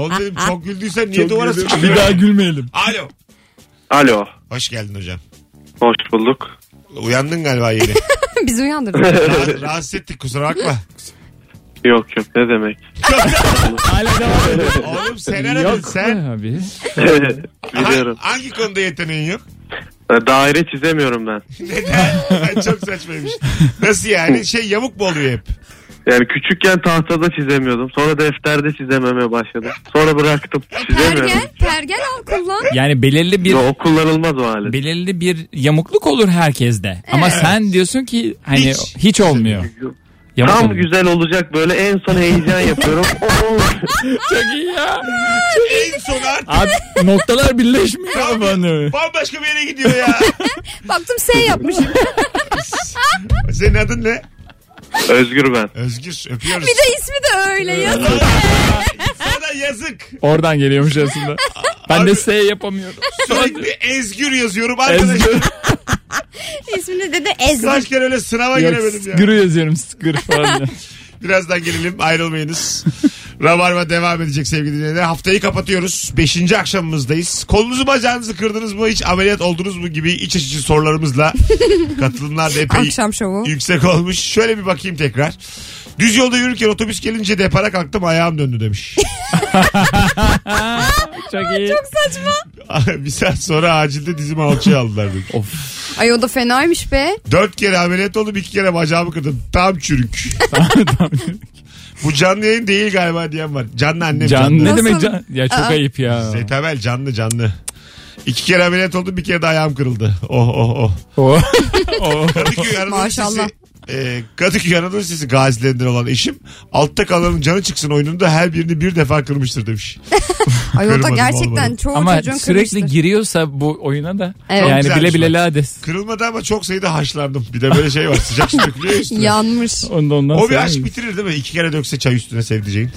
Oğlum dedim çok güldüysen niye duvara sıkıştırdın?
Bir daha gülmeyelim.
Alo.
Alo.
Hoş geldin hocam.
Hoş bulduk.
Uyandın galiba yeni.
Bizi uyandırın.
Rah- rahatsız ettik kusura bakma.
Yok yok ne demek.
Hala devam ediyor.
Oğlum sen aradın
Yok
sen.
be abi.
Ha-
Biliyorum.
hangi konuda yeteneğin yok?
Daire çizemiyorum ben.
Neden? Ay, çok saçmaymış. Nasıl yani? Şey yamuk mu oluyor hep?
Yani küçükken tahtada çizemiyordum. Sonra defterde çizememeye başladım. Sonra bıraktım. Çizemiyorum.
E, Pergel, pergel al kullan.
Yani belirli bir
Yo, o kullanılmaz o hali.
belirli bir yamukluk olur herkeste. Ama sen diyorsun ki hani
Hiç.
hiç, olmuyor. Yamuk
Tam
oluyor.
güzel olacak böyle en son heyecan yapıyorum. O olmuyor.
Çok iyi ya.
En son artık
Abi noktalar birleşmiyor hani. kafanı.
bambaşka bir yere gidiyor ya.
Baktım S yapmışım.
Senin adın ne?
Özgür ben.
Özgür. Öpüyoruz.
Bir de ismi de öyle yazın.
Sana yazık.
Oradan geliyormuş aslında. Ben de S yapamıyorum.
Sürekli Ezgür yazıyorum arkadaşlar.
Ezgür.
İsmini de de Ezgi.
Kaç kere öyle sınava giremedim ya.
Gürü yazıyorum. Gürü falan. diye.
Birazdan gelelim ayrılmayınız. Rabarba devam edecek sevgili dinleyenler. Haftayı kapatıyoruz. Beşinci akşamımızdayız. Kolunuzu bacağınızı kırdınız mı? Hiç ameliyat oldunuz mu gibi iç açıcı sorularımızla katılımlar da epey
Akşam şovu.
yüksek olmuş. Şöyle bir bakayım tekrar. Düz yolda yürürken otobüs gelince depara kalktım ayağım döndü demiş.
Çok iyi.
bir saat sonra acilde dizimi alçıya aldılar. demiş.
Ay o da fenaymış be.
Dört kere ameliyat oldum iki kere bacağımı kırdım. Tam çürük. Bu canlı yayın değil galiba diyen var. Canlı annem
Can
canlı.
ne
Nasıl?
demek can? Ya çok
Aa.
ayıp ya.
Zetabel canlı canlı. İki kere ameliyat oldum bir kere de ayağım kırıldı. Oh oh oh.
O. o.
Kadıköy Anadolu
Maşallah.
Lisesi, e, Kadıköy Anadolu Lisesi gazilerinden olan eşim altta kalanın canı çıksın oyununda her birini bir defa kırmıştır demiş.
Ay o da
Kırmadım,
gerçekten
olmadı.
çoğu
Ama
çocuğun
sürekli
kırmıştır.
giriyorsa bu oyuna da
Evet. Çok
yani
güzelmiş
bile
bak.
bile lades.
Kırılmadı ama çok sayıda haşlandım. Bir de böyle şey var sıcak su dökülüyor üstüne.
Yanmış.
Onu da ondan
o bir
sonra-
aşk bitirir değil mi? İki kere dökse çay üstüne sevdiceğin.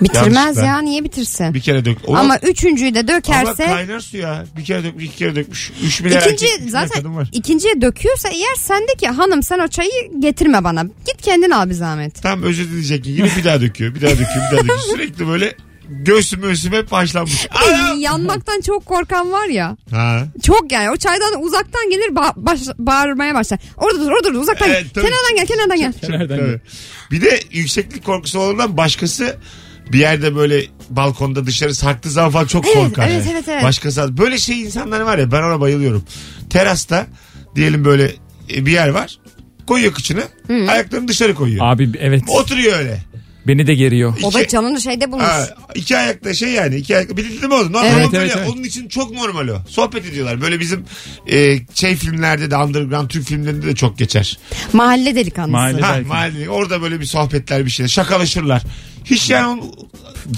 Bitirmez
ben.
ya niye bitirsin?
Bir kere dök. O-
Ama üçüncüyü de
ama
dökerse
kaynar su ya. Bir kere dökmüş, iki kere dökmüş. Üç bile erkek, üç
ikinci
bile kadın
zaten
var.
ikinciye döküyorsa eğer sendeki hanım sen o çayı getirme bana. Git kendin al bir zahmet.
Tam özür dileyecek gibi bir daha döküyor. Bir daha döküyor, bir daha döküyor. Sürekli böyle göğsüm göğsüm hep haşlanmış. Anam!
Ay, yanmaktan çok korkan var ya.
ha.
Çok yani o çaydan uzaktan gelir ba- baş- bağırmaya başlar. Orada dur orada dur uzaktan
Evet,
gel.
tabii.
Kenardan gel kenardan gel.
Kenardan
Tabii.
gel.
Bir de yükseklik korkusu olandan başkası bir yerde böyle balkonda dışarı sarktığı zaman falan çok
Evet,
korkar.
evet,
yani.
evet, evet.
Başkası böyle şey insanlar var ya ben ona bayılıyorum. Terasta diyelim böyle e, bir yer var. Koyuyor kıçını. Ayaklarını dışarı koyuyor.
Abi evet
Oturuyor öyle.
beni de geriyor.
O
İki-
da canını şeyde bulmuş.
Ha, iki ayakta şey yani iki ayakta bildin mi oğlum? Normal
Evet,
ama böyle,
evet, evet.
Onun için çok normal o. Sohbet ediyorlar. Böyle bizim e, şey filmlerde de underground Türk filmlerinde de çok geçer.
Mahalle delikanlısı.
Mahalle-
Ha,
belki.
mahalle, orada böyle bir sohbetler bir şeyler şakalaşırlar. Hiç yani onun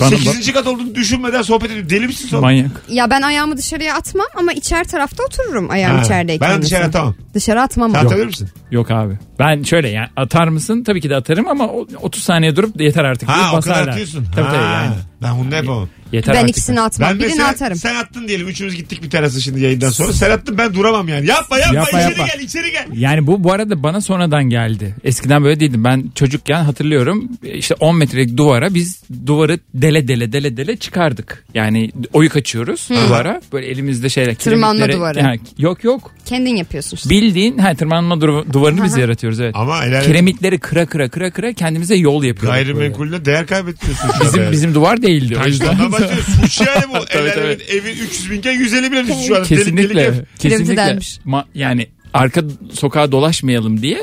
Bana
8. kat olduğunu düşünmeden sohbet ediyor. Deli misin sen?
Manyak.
Ya ben ayağımı dışarıya atmam ama içer tarafta otururum ayağım
Ha,
içerideyken.
Ben dışarı
mesela.
atamam.
Dışarı atmam.
Sen
ama.
atabilir misin?
Yok abi. Ben şöyle yani atar mısın? Tabii ki de atarım ama o- 30 saniye durup yeter artık. deyip
Ha o kadar
basarlar.
atıyorsun.
Tabii
ha,
tabii yani.
Ben bunu yapamam.
Yeter
Ben
artık.
ikisini atmam.
Ben
Birini
mesela
atarım.
sen attın diyelim. Üçümüz gittik bir terasa şimdi yayından sonra. Sen attın ben duramam yani. Yapma yapma,
Yapma,
içeri
yapma.
gel içeri gel.
Yani bu bu arada bana sonradan geldi. Eskiden böyle değildi. Ben çocukken hatırlıyorum işte 10 metrelik duvara biz duvarı dele dele dele dele çıkardık. Yani oyuk açıyoruz duvara. Böyle elimizde şeyle
Tırmanma
kiremitlere-
duvarı.
Yani yok yok.
Kendin yapıyorsun işte.
Bildiğin ha, tırmanma duva- duvarını biz yaratıyoruz evet.
Ama helal et.
Kiremitleri kıra kıra kıra kıra kendimize yol yapıyoruz.
Gayrimenkulüne değer kaybetmiyorsun şu
Bizim,
anda.
bizim duvar değildi. O yüzden.
Vicdandan bahsediyoruz. Suç yani bu.
Tabii,
El
tabii.
alemin evi 300 binken 150 bile düştü şu anda. Delik delik ev.
kesinlikle kesinlikle
Kiremitedenmiş.
Ma- yani arka sokağa dolaşmayalım diye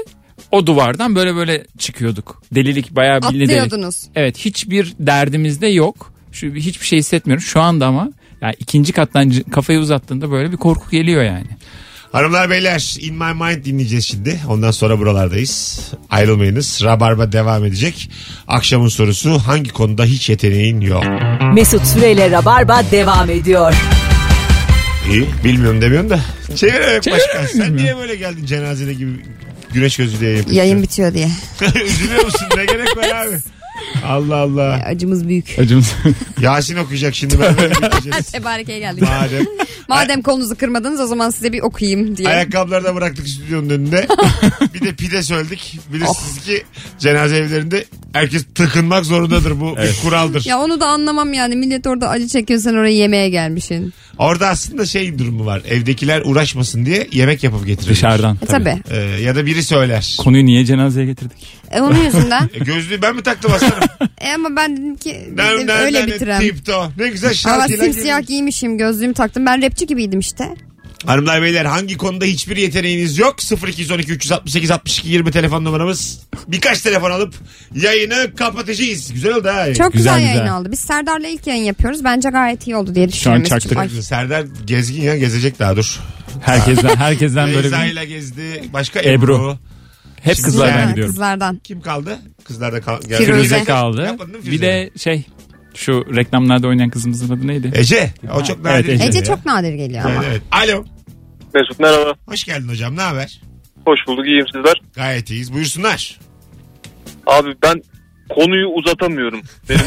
o duvardan böyle böyle çıkıyorduk. Delilik bayağı bildi delik.
Atlıyordunuz.
Evet hiçbir derdimiz de yok. Şu hiçbir şey hissetmiyorum şu anda ama yani ikinci kattan c- kafayı uzattığında böyle bir korku geliyor yani.
Hanımlar beyler In My Mind dinleyeceğiz şimdi. Ondan sonra buralardayız. Ayrılmayınız. Rabarba devam edecek. Akşamın sorusu hangi konuda hiç yeteneğin yok?
Mesut Süreyle Rabarba devam ediyor.
İyi. Bilmiyorum demiyorum da. Çevir ayak başkan. Sen
bilmiyorum.
niye böyle geldin cenazede gibi güneş gözü diye yapıyorsun?
Yayın bitiyor diye.
Üzülüyor musun? Ne gerek var abi? Allah Allah.
Acımız büyük.
Acımız.
Yasin okuyacak şimdi. Ben böyle bitireceğiz.
Tebareke'ye E, geldik.
Madem.
Madem konunuzu kırmadınız o zaman size bir okuyayım diye.
Ayakkabıları da bıraktık stüdyonun önünde. bir de pide söyledik. Bilirsiniz
Oh.
ki cenaze evlerinde herkes tıkınmak zorundadır. Bu bir kuraldır.
Ya onu da anlamam yani. Millet orada acı çekiyor sen oraya yemeğe gelmişsin.
Orada aslında şey durumu var. Evdekiler uğraşmasın diye yemek yapıp getirir.
Dışarıdan.
E,
tabii.
tabii.
Ee, ya da biri söyler.
Konuyu niye cenazeye getirdik?
E, onun yüzünden.
E, Gözlüğü ben mi taktım aslanım?
e, ama ben dedim ki
Nerede,
dedim,
nerede,
öyle
nerede,
bitirem.
tipto. Ne güzel
Ama
şarkıyla
simsiyah
geliyoruz.
giymişim gözlüğümü taktım. Ben rapçi gibiydim işte.
Hanımlar beyler hangi konuda hiçbir yeteneğiniz yok? 0212 368 62 20 telefon numaramız. Birkaç telefon alıp yayını kapatacağız. Güzel oldu ha.
Çok
Güzel,
güzel, yayın
güzel.
aldı. Biz Serdar'la ilk yayın yapıyoruz. Bence gayet iyi oldu diye düşünüyorum. Mesut'cum.
çaktık.
Ay,
Serdar gezgin ya gezecek daha dur.
Herkesten, herkesten böyle
Beyza
bir...
ile gezdi. Başka Ebru.
Ebru. Hep
Ha,
kızlardan gidiyorum.
Kızlardan.
Kim kaldı? Kızlarda kal geldi.
Firuze.
Firuze kaldı.
Yapmadın değil mi
Bir de şey şu reklamlarda oynayan kızımızın adı neydi?
Ece. O çok
Ha,
nadir.
evet,
Ece
ya.
çok nadir geliyor
Evet,
ama.
evet. Alo.
Mesut merhaba.
Hoş geldin hocam. Ne haber?
Hoş bulduk. İyiyim sizler.
Gayet iyiyiz. Buyursunlar.
Abi ben konuyu uzatamıyorum. Benim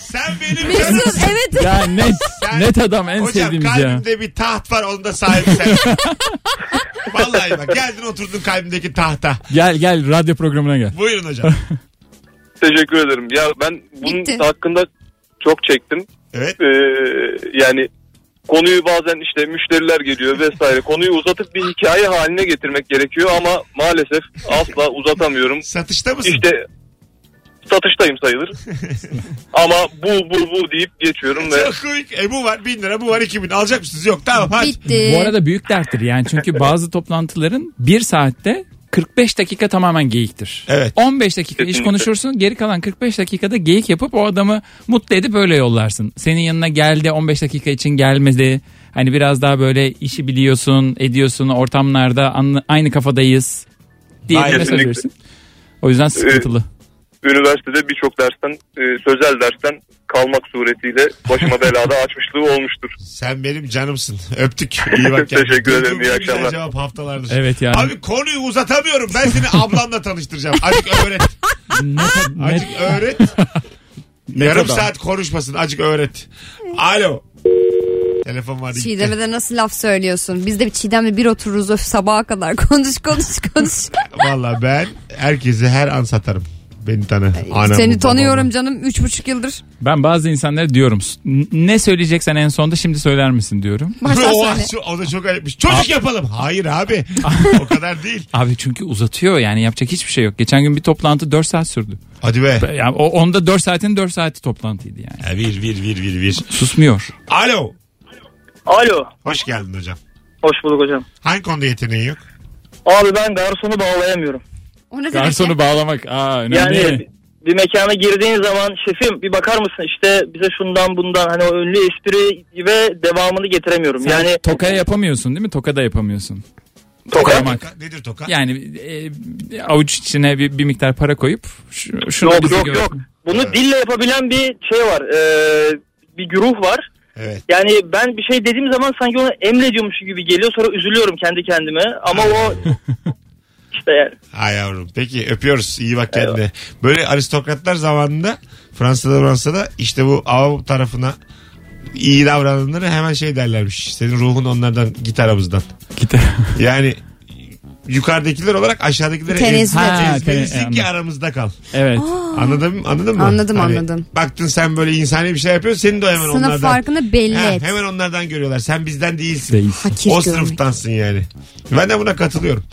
Sen benim canım.
Mesut evet.
Ya net,
Sen-
net adam en
Hocam
sevdiğimiz ya.
kalbimde bir taht var onda sahibi sensin. Vallahi bak geldin oturdun kalbimdeki tahta.
Gel gel radyo programına gel.
Buyurun hocam.
teşekkür ederim. Ya ben bunun
Bitti.
hakkında çok çektim.
Evet.
Ee, yani konuyu bazen işte müşteriler geliyor vesaire. Konuyu uzatıp bir hikaye haline getirmek gerekiyor ama maalesef asla uzatamıyorum.
Satışta mısın?
İşte satıştayım sayılır. ama bu bu bu deyip geçiyorum ve
Çok komik. E bu var 1000 lira bu var 2000. Alacak mısınız? Yok tamam hadi.
Bitti.
Bu arada büyük derttir yani çünkü bazı toplantıların bir saatte 45 dakika tamamen geyiktir.
Evet.
15 dakika iş
Kesinlikle.
konuşursun geri kalan 45 dakikada geyik yapıp o adamı mutlu edip öyle yollarsın. Senin yanına geldi 15 dakika için gelmedi. Hani biraz daha böyle işi biliyorsun ediyorsun ortamlarda anla- aynı kafadayız diye bir
Aynen.
mesaj verirsin. O yüzden sıkıntılı.
üniversitede birçok dersten, e, sözel dersten kalmak suretiyle başıma belada açmışlığı olmuştur.
Sen benim canımsın. Öptük. İyi bak kendine.
Teşekkür ederim,
Duyduğum
iyi
en güzel
akşamlar.
cevap haftalardır.
Evet yani.
Abi konuyu uzatamıyorum. Ben seni ablamla tanıştıracağım. Azıcık öğret.
Net- net-
Azıcık öğret. Yarım saat konuşmasın. Azıcık öğret. Alo. Telefon vardı. gitti.
Çiğdem'e de nasıl laf söylüyorsun? Biz de Çiğdem'le bir otururuz öf sabaha kadar konuş konuş konuş.
Valla ben herkese her an satarım. Beni tanı. Anamı,
Seni
babamı.
tanıyorum canım 3,5 yıldır.
Ben bazı insanlara diyorum "N- ne söyleyeceksen en sonda şimdi söyler misin diyorum.
Baştan
o,
söyle.
şu- o da çok ayıpmış. Çocuk yapalım. Hayır abi. o kadar değil.
Abi çünkü uzatıyor yani yapacak hiçbir şey yok. Geçen gün bir toplantı 4 saat sürdü.
Hadi be.
Be- Yani o onda 4 saatin 4 saati toplantıydı yani.
Ya bir bir bir bir bir.
Susmuyor.
Alo.
Alo.
Hoş geldin hocam.
Hoş bulduk hocam.
Hangi konuda yeteneğin yok?
Abi ben garsonu bağlayamıyorum.
O ne demek ya?
Garsonu bağlamak. Aa önemli.
Yani bir mekana girdiğin zaman şefim bir bakar mısın işte bize şundan bundan hani o ünlü espri ve devamını getiremiyorum. yani
Toka yapamıyorsun değil mi? Toka da yapamıyorsun.
Toka.
Tokalamak.
Nedir toka?
Yani e, avuç içine bir, bir miktar para koyup şu, şunu
yok
bize
yok
gö-
yok. Bunu
Evet.
dille yapabilen bir şey var. Ee, bir güruh var.
Evet.
Yani ben bir şey dediğim zaman sanki ona emrediyormuş gibi geliyor. Sonra üzülüyorum kendi kendime. Ama o işte yani.
Ay yavrum. Peki öpüyoruz. İyi bak kendine. Böyle aristokratlar zamanında Fransa'da Fransa'da işte bu av tarafına iyi davrananlara hemen şey derlermiş. Senin ruhun onlardan git aramızdan.
Git-
Yani yukarıdakiler olarak aşağıdakilere
Tenezzül
ez-
et. Ha,
ezmelisin
tene-
ki aramızda kal.
evet.
Anladın mı? Anladın mı? Hani
Anladım, anladım.
Baktın sen böyle insani bir şey yapıyorsun. Seni de hemen
Sınıf
onlardan.
farkını belli
Ha,
et.
hemen onlardan görüyorlar. Sen bizden değilsin.
Değil.
Hakir
o
görmek.
sınıftansın yani. Ben de buna katılıyorum.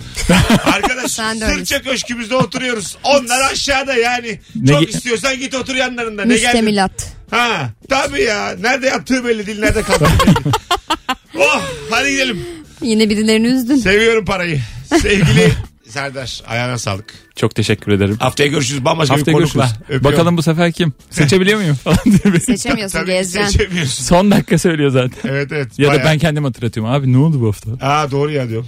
Arkadaş
Sen de öylesin.
Sırça Köşkümüzde oturuyoruz. Onlar aşağıda yani.
Ne
Çok
ge-
istiyorsan git otur yanlarında. Ne geldin?
Müştemilat.
Ha, tabii ya. Nerede yattığı belli değil. Nerede kaldığı belli. oh hadi gidelim.
Yine birilerini üzdün.
Seviyorum parayı. Sevgili Serdar ayağına sağlık.
Çok teşekkür ederim.
Haftaya görüşürüz bambaşka
Haftaya
bir konukla.
görüşürüz.
Öpüyorum.
Bakalım bu sefer kim? Seçebiliyor muyum? Falan diye beni-
Seçemiyorsun
Tabii ki
gezeceksin.
seçemiyorsun.
Son dakika söylüyor zaten.
Evet evet.
Ya da
Bayağı-
ben kendim hatırlatıyorum. Abi ne oldu bu hafta?
Aa doğru ya diyorum.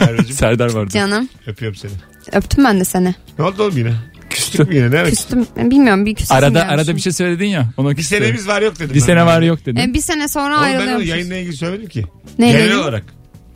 Merveciğim,
Serdar vardı.
Canım
Öpüyorum seni.
öptüm ben de seni.
Ne oldu oğlum yine?
Küstü.
Küstük mü yine? Ne ara-
Küstüm bilmiyorum bir küstüm
Arada
gelmişim.
arada bir şey söyledin ya. Ona
Bir
küstü.
senemiz var yok dedim.
Bir
ben.
sene var yok dedin.
E, bir sene sonra
Oğlum ben onu
ayrılıyormuşuz.
yayınla ilgili söylemedim ki.
Neyle
Genel
ilgili?
olarak.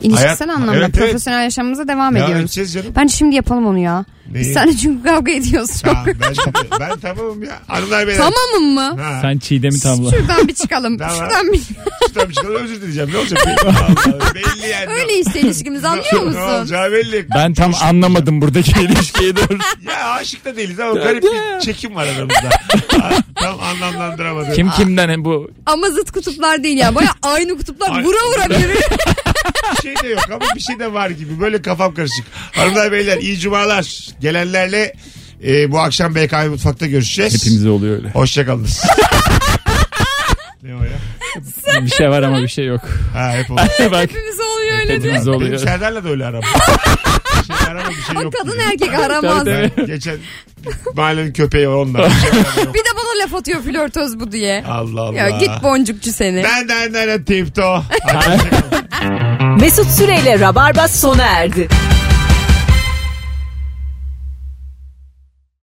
İlişkisel
Hayat-
anlamda
Evet, evet.
profesyonel yaşamımıza devam
Ya
ediyoruz.
edeceğiz canım.
Bence şimdi yapalım onu ya.
Neyi?
Biz seninle çünkü kavga ediyoruz çok.
Tamam, ben, şimdi- ben tamamım ya. Hanımlar beyler.
Tamamım mı?
Ha,
Sen Çiğdem'i tamla.
Şuradan bir çıkalım.
Tamam.
Şuradan bir...
tutam çıkalım özür dileyeceğim. Ne olacak? Allah, belli yani.
Öyle işte ilişkimizi anlıyor
Ne
musun?
olacağı belli.
Ben tam anlamadım buradaki ilişkiyi dur.
Ya aşık da değiliz ama garip bir çekim var aramızda. Ha, Tam anlamlandıramadım.
Kim kimden hem bu
Ama zıt kutuplar değil ya. Baya aynı kutuplar
Ay-
vura vura birbirine.
Bir şey de yok ama bir şey de var gibi. Böyle kafam karışık. Hanımlar beyler iyi cumalar. Gelenlerle e, bu akşam BKM Mutfak'ta görüşeceğiz.
hepimize oluyor öyle.
Hoşçakalınız. ne o ya?
bir şey var ama bir şey yok.
Ha hep o.
Bak
Hepimiz oluyor öyle diyor.
hepimize
Benim
oluyor.
Serdar'la da öyle aram. Bir şey arama bir şey yok.
Kadın
dedi.
erkek aramaz.
Tabii,
Ben geçen mahallenin köpeği onlar. Bir şey arama yok.
Bir de bana laf atıyor flörtöz bu diye.
Allah Allah.
Ya git boncukçu seni.
Ben ben ben tipto.
Mesut Süreyle Rabarba sona erdi.